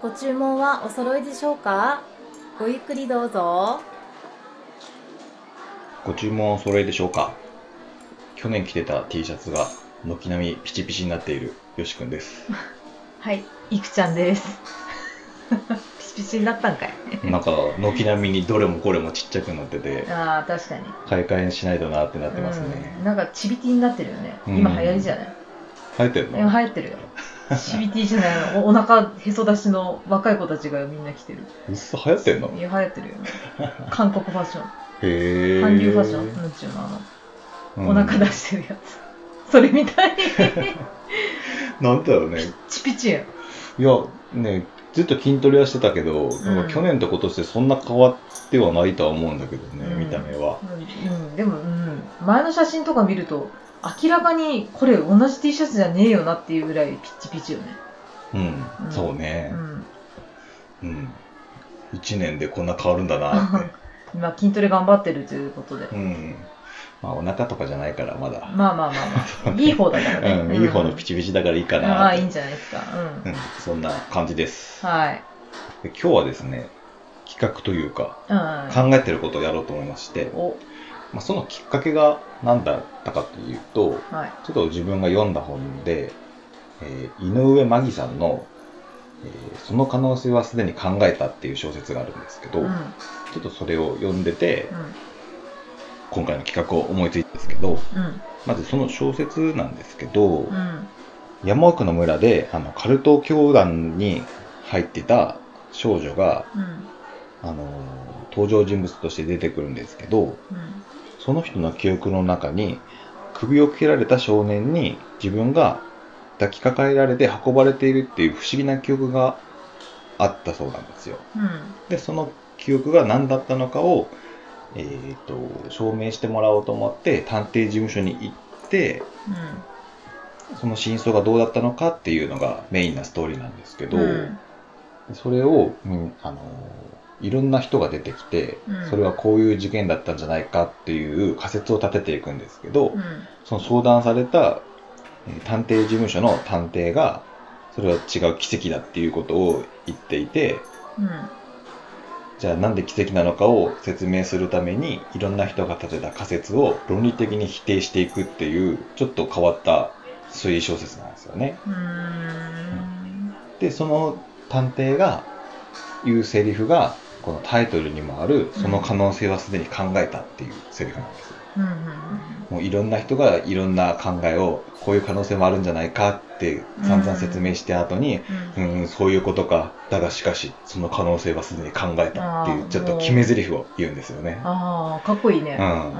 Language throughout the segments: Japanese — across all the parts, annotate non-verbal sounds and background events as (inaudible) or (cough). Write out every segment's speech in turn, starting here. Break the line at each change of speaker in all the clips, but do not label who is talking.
ご注文はお揃いでしょうかごゆっくりどうぞ。
ご注文お揃いでしょうか去年着てた T シャツが軒並みピチピチになっているよしくんです。
(laughs) はい、いくちゃんです。 (laughs) ピチピチになったんかい。
(laughs) なんか軒並みにどれもこれもちっちゃくなってて、
ああ、確かに。
買い替えしないとなってなってます
う
ね。
ん、なんかチビティになってるよね。
うん
今流行りじゃない。
入ってる
今
の
流行ってる
(laughs)
よ。チビティじゃないの。おお腹へそ出しの若い子たちがみんな着てる。
うっそ流行ってんの
いや流行ってるよ
(laughs)
ね。韓国ファッション。
へえ。
韓流ファッション。なんちゅうのあ
う
の、
ん
お腹出してるやつ。 (laughs) それみたい。
なんだろうね。
チピチやん。
いや、ね、ずっと筋トレはしてたけど、なんか去年と今年でそんな変わってはないとは思うんだけどね、
うん
見た目は。
うん、うんでも、うん、前の写真とか見ると、明らかにこれ同じ T シャツじゃねえよなっていうぐらいピッチピチよね。
うん、
うん
そうね
う。ん。
うん。1年でこんな変わるんだなって。
今筋トレ頑張ってるということで。
うん。まあ、お腹とかじゃないから、まだ。
まあまあまあ
(laughs)
まあ。いい方だからね。
うん、いい方のピチピチだからいいか
うんま
な
あ
って。
いいんじゃないですか。う。
うんん、そんな感じです。
はい。
で今日はですね、企画というか、
うん。
考えてることをやろうと思いまして、
お、
まあ、そのきっかけが何だったかというと、
はい。
ちょっと自分が読んだ本で、えー井上真紀さんの、えーその可能性はすでに考えたっていう小説があるんですけど、
うん。うん。
ちょっとそれを読んでて、今回の企画を思いついたんですけど、
うん。
まずその小説なんですけど、
うん。
山奥の村であのカルト教団に入ってた少女が、
うん。
あのー登場人物として出てくるんですけど、
うん。
その人の記憶の中に、首を切られた少年に自分が抱きかかえられて運ばれているっていう不思議な記憶があったそうなんですよ。
うん。
で、その記憶が何だったのかを、えーと、証明してもらおうと思って、探偵事務所に行って、その真相がどうだったのかっていうのがメインなストーリーなんですけど、
うん
それを、うんあのーいろんな人が出てきて、
うん
それはこういう事件だったんじゃないかっていう仮説を立てていくんですけど、
うん。
その相談されたえー探偵事務所の探偵が、それは違う奇跡だっていうことを言っていて、
うん。
じゃあなんで奇跡なのかを説明するために、いろんな人が立てた仮説を論理的に否定していくっていう、ちょっと変わった推理小説なんですよね。
うーん。
でその探偵が言うセリフがこのタイトルにもある「その可能性はすでに考えた」っていうセリフなんですよ
うん。うん
もういろんな人がいろんな考えをこういう可能性もあるんじゃないかって散々説明して後に
う。
うんん、そういうことかだがしかしその可能性はすでに考えたってい
あー
うちょっと決め台詞を言うんですよね
ああ、かっこいいうね。うん。
ん
う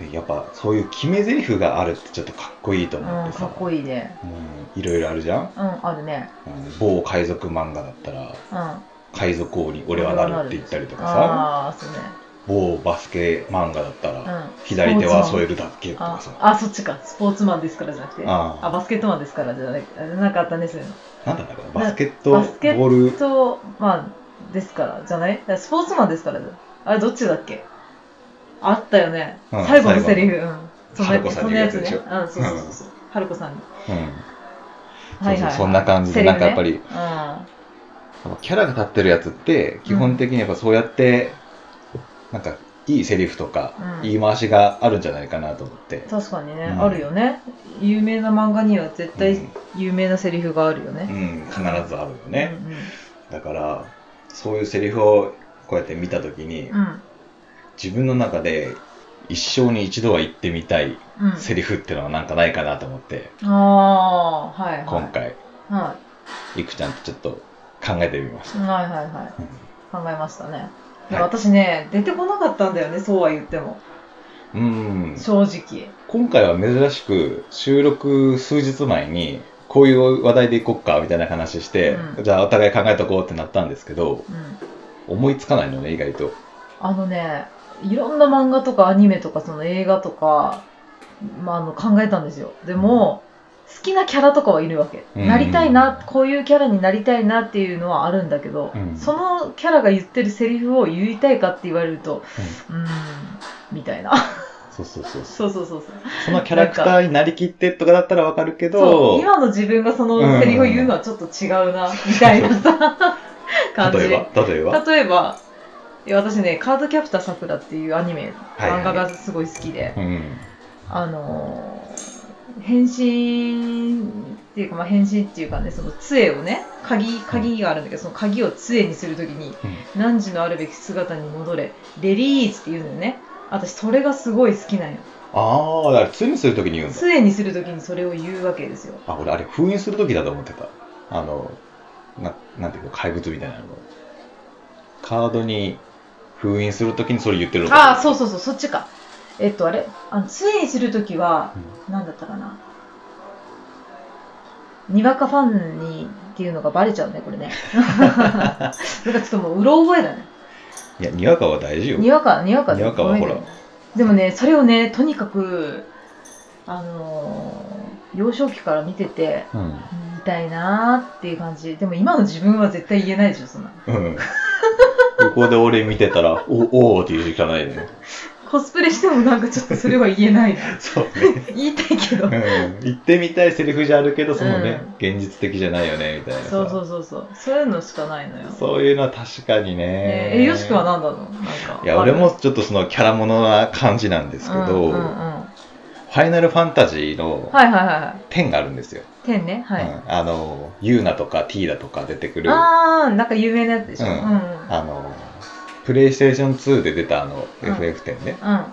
でやっぱそういう決め台詞があるってちょっとかっこいいと思っ
ん。
てさ
かっこいいね。
うんいろいろあるじゃん、
うん。あるね。
うん某海賊漫画だったら
うん。
海賊王に俺はなるって言ったりとかさ
ああ、そうね。
某バスケ漫画だったら、
うん。
左手は添えるだけとか
あ
さ
あ、そっちか。スポーツマンですからじゃなくて。
あ
あ、バスケットマンですからじゃなくて、なんかあったね、そういうの。
なんだったかなバスケットボ
バスケット
ール
と、まあ、ですから、じゃないだからスポーツマンですから、あれ、どっちだっけあったよね。
うん
最後のセリフ。うん。
春子さんに言うやつでしょ
そんなやつねうん、そうそうそうそう。春子さんに。
うん
はいはい、
そうそう
はい。
そんな感じで
セリ
な
フ
んか
ね
やっぱり
う
キャラが立ってるやつって基本的にやっぱそうやってなんかいいセリフとか
うん
言い回しがあるんじゃないかなと思って
ん。確かにね、
うん
あるよね。有名な漫画には絶
う
対
ん
有名なセリフがあるよ
う
ね。
ん必ずあるよね
うんうん
だからそういうセリフをこうやって見た時に
うん。
自分の中で一生に一度は言ってみたい
うん。
セリフってのはなんかないかなと思って、
ああー、はいはい。
今回、
はい
くちゃんとちょっと考えてみまし
い。はいはいはい。
た。うん
考えましたね。で
はい
私ね、出てこなかったんだよね、そうは言っても。
うん。
正直。
今回は珍しく、収録数日前に、こういう話題でいこっか、みたいな話して、
うん
じゃあお互い考えとこうってなったんですけど、
うん。
思いつかないのね、意外と。
あのね、いろんな漫画とかアニメとかその映画とか、まあ、あの考えたんですよ。でも、好きなキャラとかはいるわけ。
うん
なりたいな、こういうキャラになりたいなっていうのはあるんだけど、
うん
その
(laughs)
キャラが言ってるセリフを言いたいかって言われると、うーん、みたいな。
そうそうそうそう。
そうそうそうそう
そのキャラクターになりきってとかだったらわかるけ
そう
ど、
今の自分がそのセリフを言うのはちょっと違うな、みたいなさ感じ
例えば、例えば、
例えばいや私ね「カードキャプターさくら」っていうアニメ、
はいはい
漫画がすごい好きで
うん。
あのー変身っていうか、まあ、変身っていうかねその杖をね鍵鍵があるんだけどその鍵を杖にするときに「何時のあるべき姿に戻れレリース」って言うのよね私それがすごい好きなんよ
ああ、だから、通にするときに言うんだ。
杖にするときにそれを言うわけですよ
あ、俺、あれ、封印するときだと思ってた。あの、ななんていうの、怪物みたいなの。カードに封印するときにそれ言ってるの。
ああそううそうそうそっちかえっとあれあの杖にするときは何だったかなにわかファンにっていうのがバレちゃうねこれねなんかちょっともううろ覚えだね
いや、にわかは大事よ。
にわかにわか
にわかは
ごめん
ほら
でもねそれをねとにかくあのー幼少期から見てて
うん。
うん見たいなーっていう感じでも今の自分は絶対言えないでしょそんな
うん。ここで俺見てたら、おおーって言うしかないよね。
コスプレしてもなんかちょっとそれは言え
(laughs)
ないな
そうね。
言いたい
(laughs)
けど
うん。言ってみたいセリフじゃあるけど、そのね、
うん
現実的じゃないよね、みたいなさ。
そうそうそうそうそういうのしかないのよ
そういうのは確かにね
ね。えよしくは何だろうなんか
いや、俺もちょっとそのキャラものな感じなんで
です
けど、
うんうんうん、
フ
は
ァイナルファンタジーの
いはいはいはい
10があるんですよ。
天ねはい、
うん、あの、ユーナとか T だとか出てくる、あ
ああなんか有名なやつでしょ
う
うんんうんうんうん
の、プレイステーション2で出たあの FF10 ね、
あ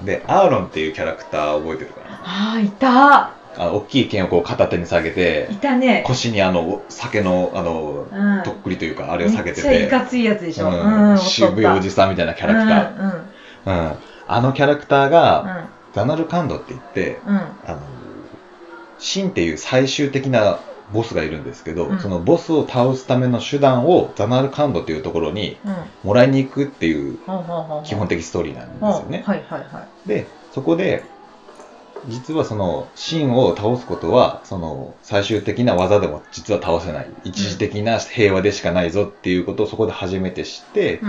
うん。で、アーロンっていうキャラクター覚えてるかな
あいた
あの大きい剣をこう片手に下げて
い、たね
腰にあの、酒の、あの、
うん
とっくりというか、あれを下げて
めっちゃい
て、
かついやつでしょ、うん
う
おっ
ん、
とっと
渋いおじさんみたいなキャラク
うん
ター。うん。あのキャラクター
う
が、
ん
ザナルカンドって言って、
うんうん
あの、シンっていう最終的なボスがいるんですけど、
うん
そのボスを倒すための手段をザナルカンドっていうところに
うん
もらいに行くっていう
ほうほうほうほう
基本的ストーリーなんですよね。
ほうはいはいはい
で、そこで、実はそのシンを倒すことは、その最終的な技でも実は倒せない。一時的な平和でしかないぞっていうことをそこで初めて知って、
う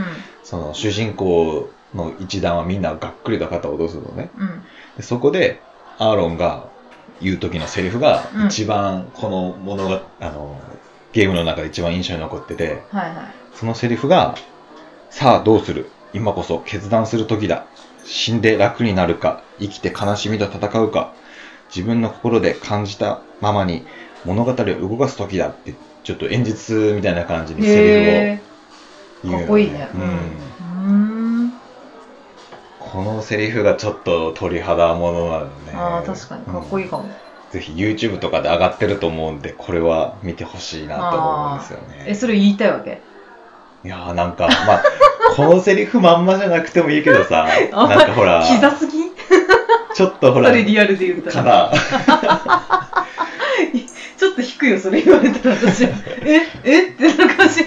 その主人公の一団はみんながっくりと肩を落とすのね。
んうん
でそこでアーロンが言う時のセリフが
うん
一番このものが、あのゲームの中で一番印象に残ってて
はいはい
そのセリフが「さあどうする今こそ決断する時だ死んで楽になるか生きて悲しみと戦うか自分の心で感じたままに物語を動かす時だ」ってちょっと演述みたいな感じにセ
へ
リフ
え
を言うの
かっこいいね
うん
うんうーん
このセリフがちょっと鳥肌ものなのね
ああ確かにかっこいいかも、
ぜひ YouTube とかで上がってると思うんで、これは見てほしいなと思うんですよね。
えそれ言いたいわけ
いやーなんか、まあ、 (laughs) このセリフまんまじゃなくてもいいけどさ、
あ
なんかほら、
(laughs) 膝すぎ
ちょっとほ
そ
ら、
れリアルで言うた
からな、
ちょっと低いよそれ言われたら
(laughs)
私ええってな感じ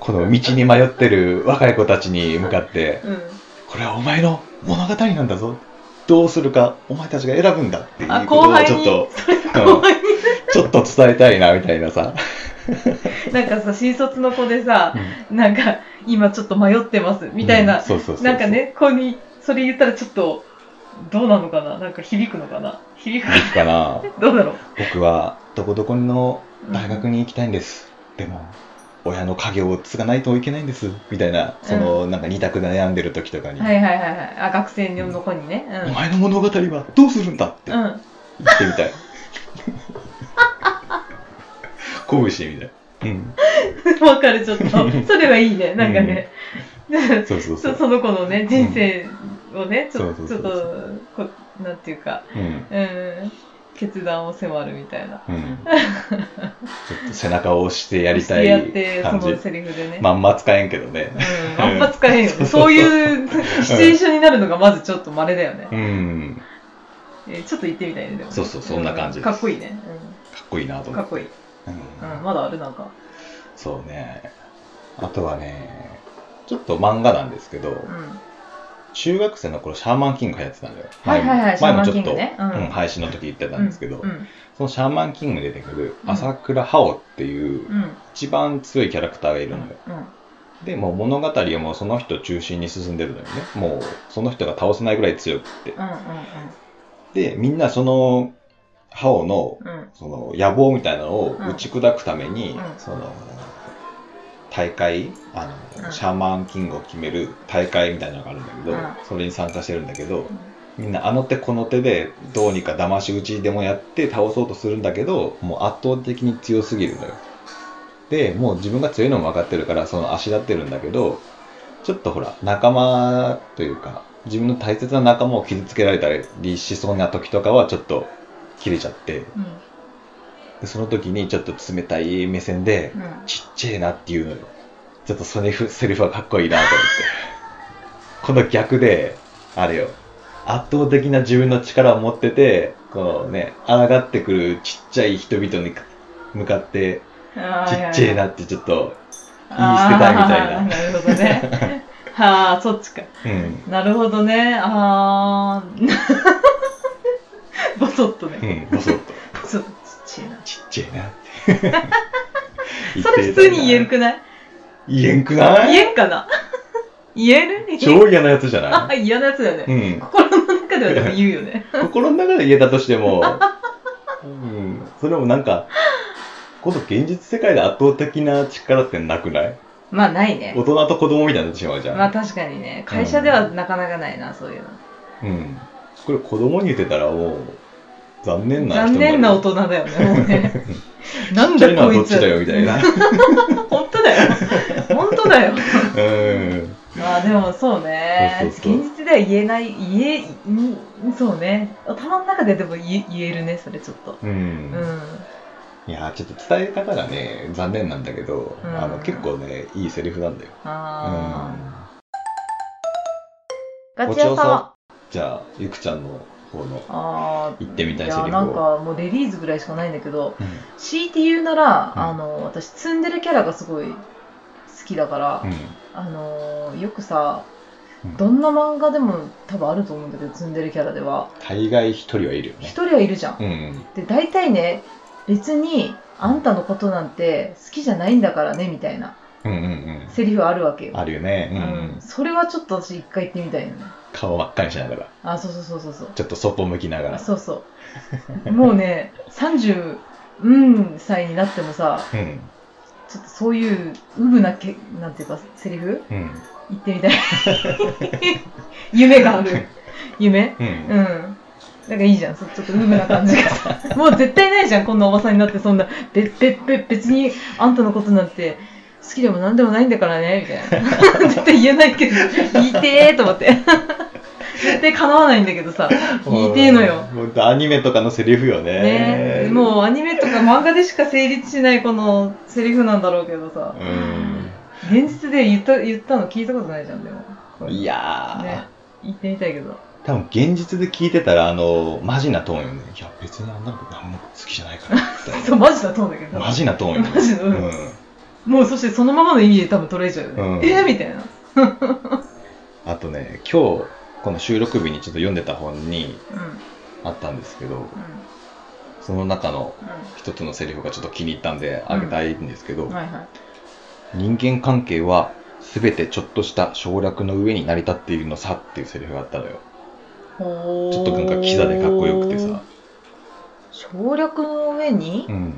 この道に迷ってる若い子たちに向かって、
う
これはお前の物語なんだぞ。どうするか、お前たちが選ぶんだってい
あ
うことを
後輩に
ちょっと、
ん
うん
(laughs) 後輩に
ちょっと伝えたいな、みたいなさ。
なんかさ新卒の子でさなんか今ちょっと迷ってますみたいな、
うんそうそうそうそう
なんか。ねこうにそれ言ったらちょっとどうなのかななんか響くのかな響く
いいかな。
どうだろう
僕は、どこどこの
うん
大学に行きたいんです、でも親の家業を継がないといけないんですみたいなその、なんか二択で悩んでる時とかに、
はいはいはいはいあ学生の子にね
お前の物語はどうするんだって
うん、
言
うん、
っ
(laughs)
てみたい鼓舞してみたいうん
分かるちょ
(laughs)
っとそれはいいねなんかね、
そうそうそ
そうその子のね人生をね、ちょ
そう
ち
そ
ょ
うそ
っと
うそ
こなんていうか、
うん
うん、決断を迫るみたいな。
うん、ちょっと背中を押してやりた
やっ
い
てそ
感じ
のセリフでね。
まんま使えんけどね
うん、あんま使
(laughs)
えんよね。そういうシチュエーションになるのがまずちょっと稀だよね。
うん
えーちょっと言ってみたいね、でもね。
そうそうそんな感じです
かっこいいね。
かっこいいなと
うん、
思
か
っ、
ってこいい。
うん
うん、まだあるなんか。
そうねあとはねちょっと漫画なんですけど、
うん。
中学生の頃シャーマンキング流行ってたんだよ。
はいはいは
前も
いシ
前
ャーマン
も
キ
ち
ン
ょっ
グ
と、
ね
う
うん
ん配信の時言ってたんですけど、
うん。うん
そのシャーマンキングに出てくる朝倉ハオっていう
うん。
一番強いキャラクターがいるのよ。
うん
でもう物語はもうその人中心に進んでるのよねもうその人が倒せないぐらい強くって
うん
でみんなそのハオの
うんうん
その野望みたいなのを
うん
打ち砕くために、
うん
その大会あの、
うん
シャーマンキングを決める大会みたいなのがあるんだけど、
うん
それに参加してるんだけど
うん
みんなあの手この手でどうにか騙し討ちでもやって倒そうとするんだけどもう圧倒的に強すぎるのよでもう自分が強いのも分かってるからその足立ってるんだけどちょっとほら仲間というか自分の大切な仲間を傷つけられたりしそうな時とかはちょっと切れちゃって
うん
でその時にちょっと冷たい目線で、
うんうん
ちっちゃいなっていうのよ。ちょっとそのセリフはかっこいいなと思って。この逆で、あれよ。圧倒的な自分の力を持ってて、このね、抗ってくるちっちゃい人々に向かって、
あ
ち
ー
っちゃいなってちょっと、
あ
言い捨てたいみたいな
ーなるほどねはあそっちか
うん、
なるほどねああボソッと
う
ね
ん、ボソッと。
ボソッとちっちゃいな
ちっちゃいなって。
(laughs) それ普通に言える
く
くない
言えんくない
言えんかな言える
超嫌なやつじゃ
あ
ない
嫌なやつだよ
う
ね、
ん。
心の中ではでも言うよね (laughs)
心の中で言えたとしても、うん、それもなんか、この現実世界で圧倒的な力ってなくない
まあないね
大人と子供みたいになってしまうじゃん。
まあ確かにね会社ではなかなかないな、そういうの
うん。これ子供に言ってたらもう、残念な
残念な大
人
人だよねもう
(laughs)
ね
な
な
る。
ん
ちっちゃい
だ
のは
こ
ど
い
っちだ
つ
よみたいな。
本当だよ本当だよ (laughs)
うん。
まあでもそうね
そうそうそう
現実では言えない言えんそうね頭の中ででも言え言えるねそれちょっと
う。
うんん
いやー、ちょっと伝え方がね、残念なんだけど、
うん
あの結構ね、いいセリフなんだよ。
ああ、
うん。
ガチ屋さんは
じゃあ、ゆくちゃんの方の。
あー
行ってみたい
いや
セリフを
なんかもうレディーズぐらいしかないんだけど
うん
強いて言うなら、
うん
あの私ツンデレキャラがすごい好きだから、
う
あのよくさ
うん
どんな漫画でも多分あると思うんだけどツンデレキャラでは
ん。大概一人はいるよ
一
ね。
人はいるじゃん
うん。
で大体ね別にあんたのことなんて好きじゃないんだからねみたいな
うんうんうん。
セリフあるわけよ、
あるよね。う
うんん
うん。
それはちょっと私一回言ってみたいよね
顔ばっかりしながら、
あそうそうそうそうそう
ちょっとそっぽ向きながら。
そうそうもうね30うん歳になってもさ
うん。
ちょっとそういううぶなけなんていうかセリフ
うん。
言って
(laughs)
みたい夢がある夢
う。
うんんなんかいいじゃんそち (laughs) ょっとウブな感じがさもう絶対ないじゃんこんなおばさんになってそんなべべべ別にあんたのことなんて好きでも何でもないんだからねみたいな (laughs) 絶対言えないけど言いてーと思って (laughs) 絶対叶わないんだけどさ言いてーのよ
もうアニメとかのセリフよね。
ねもうアニメとか漫画でしか成立しないこのセリフなんだろうけどさ
うん。
現実で言った言ったの聞いたことないじゃんでもこれ
いやー、
ね言ってみたいけど
多分現実で聞いてたら、あの、マジなトーンよね。いや、別にあんなの何も好きじゃないから。みたい
(laughs) そうマジだと思うんだけど
なマジなトーンよね。
マ (laughs) ジの
う
うん
ん。
もうそしてそのままの意味で多分捉えちゃうよね。
うん
えーみたいな。
あとね、今日、この収録日にちょっと読んでた本に
うん。うん。
あったんですけど、その中の一つのセリフがちょっと気に入ったんであげたいんですけど、
うん。はいはい。
人間関係は全てちょっとした省略の上に成り立っているのさっていうセリフがあったのよ
ほー
ちょっとなんかキザでかっこよくてさ。
省略の上に、
うん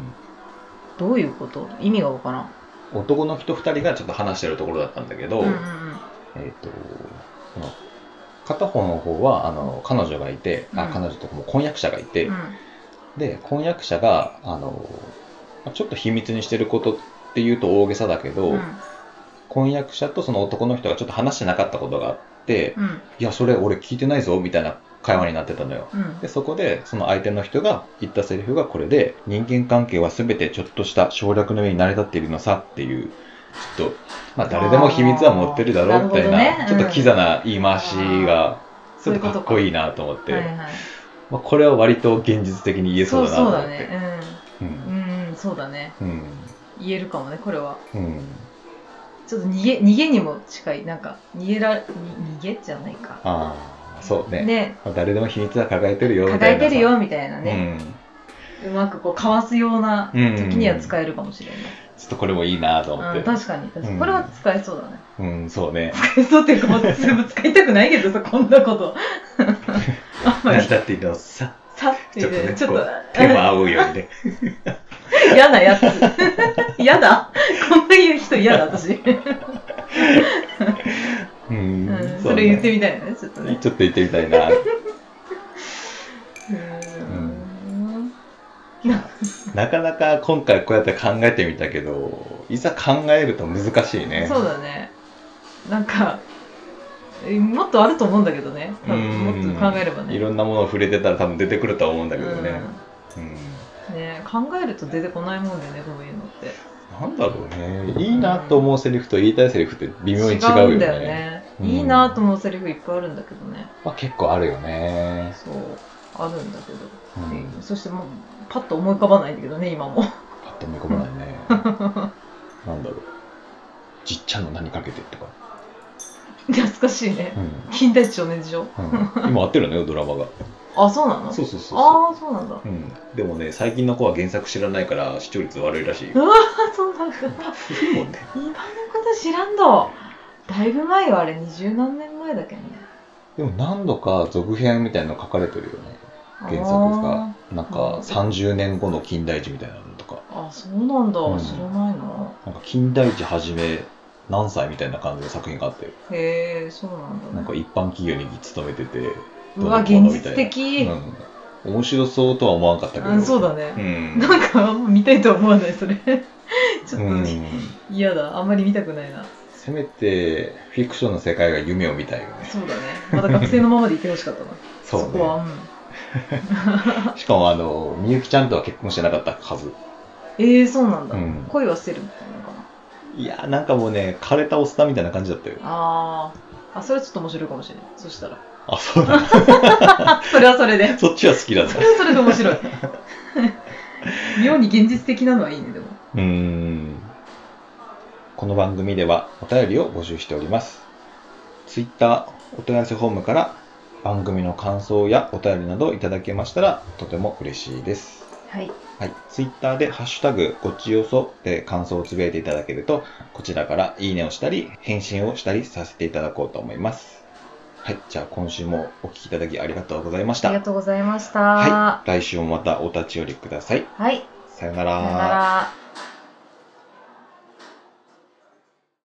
どういうこと意味がわからん。
男の人2人がちょっと話してるところだったんだけど、
うんうん
えっ、とこの片方の方はあの彼女がいて、あ
うん
彼女とかもう婚約者がいて、
うん。うん
で婚約者があのまあちょっと秘密にしてることっていうと大げさだけど、
うん
婚約者とその男の人がちょっと話してなかったことがあって、
うん
いやそれ俺聞いてないぞみたいな会話になってたのよ、
うん
でそこでその相手の人が言ったセリフがこれで人間関係は全てちょっとした省略の上に成り立っているのさっていうちょっとまあ誰でも秘密は持ってるだろうみたいな
あーなるほどね
ち
う
ょ
ん
っとキザな言い回しがち
そ
ょ
う
っ
い
と
うこ
か
と
っ
か。
こいいなと思って
はいはい。
まあ、これは割と現実的に言えそ
そうう
だなと
そ
思
う
っ
だ
て
ね。
う
うんん。うん、そうだね。
うん
言えるかもね、これは。
うん
ちょっと逃げ、逃げにも近い。なんか、逃げら、に逃げじゃないか。
ああそうね
ね。
まあ誰でも秘密は抱えてるよみた
抱
い
え
な
てるよ、みたいな
う
ね。
ん
うまくこう、かわすような時には使えるかもしれない。
ちょっとこれもいいなと思っ
うん、
て。
確かに確か
うん
にこれは使えそうだね、
うん、そうね。
使えそうっていうかもう全部使いたくないけどさこんなことあんま
な
り
んだっていうのをさ、
さって
ちょっと
いう
ね、
ちょっ
ことう手も合うようにね。
嫌なやつ嫌だこんな言う人嫌だ私、
う
(laughs) うんん、
う
それ
ね
言ってみたいよねちょっとね
ちょっと言ってみたいな。
うーん
なかなか今回こうやって考えてみたけど、いざ考えると難しいね。
そうだねなんかえもっとあると思うんだけどね多分
うん
もっと考えればね
いろんなものを触れてたら多分出てくるとは思うんだけどね。うん
うんね考えると出てこないもんだよねこういうのって
なんだろうね。いいなと思うセリフと言いたいセリフって微妙に違うよね。
んだよね、
うん
いいなと思うセリフいっぱいあるんだけどね
まあ、結構あるよね。
そうあるんだけど、
うん。
えそしてもうパッと思い浮かばないんだけどね今も (laughs)
パッと見込まないね。なんだろう。じっちゃんの何かけてとか。
懐かしいね
うん。
近代少年でしょ
うん、今合ってるのよ、ドラマが。
あそうなの
そうそうそうそう。
ああそうなんだ
うん、でもね最近の子は原作知らないから視聴率悪いらしいよ
うわーそうなんだ
古いもんね
今のこと知らんどだいぶ前よあれ二十何年前だけどね
でも何度か続編みたいなの書かれてるよね原作がなんか30年後の近代寺みたいなのとか
あーあそうなんだ、
うん
知らないの
なんか近代寺はじめ何歳みたいな感じの作品があって
へえそうなんだ
なん
ね
か一般企業に勤めてて
うわ現実的、
うん、面白そうとは思わなかったけ
う
ど
ん、そうだ
う
ね、
ん
なんかあんま見たいとは思わないそれ (laughs)
う
ちょっと
ん
嫌だあんまり見たくないな
せめてフィクションの世界が夢を見たいよね
そうだねまだ学生のままでいてほしかったな
(laughs) そうね
こはうん
しかもあのみゆきちゃんとは結婚してなかったはず
ええそうなんだ、
うん
恋はしてるみたいなのかない
やーなんかもうね枯れたおっさんみたいな感じだったよ
あーあそれはちょっと面白いかもしれないそしたら
あそうなんだ
あそれはそれ
(laughs)
で
そっちは好きなんだ
それはそれで面 (laughs) 白い妙に現実的なのはいいねでも
うーんこの番組ではお便りを募集しておりますツイッターお問い合わせフォームから番組の感想やお便りなどいただけましたらとても嬉しいです
はい
はい、ツイッターで「ハッシュタグごちよそ」で感想をつぶやいていただけるとこちらからいいねをしたり返信をしたりさせていただこうと思いますはいじゃあ今週もお聞きいただきありがとうございまし
あ
た
りがとうございました
はい、来週もまたお立ち寄りください。
はい、
さよな
さよ
ら
な。ら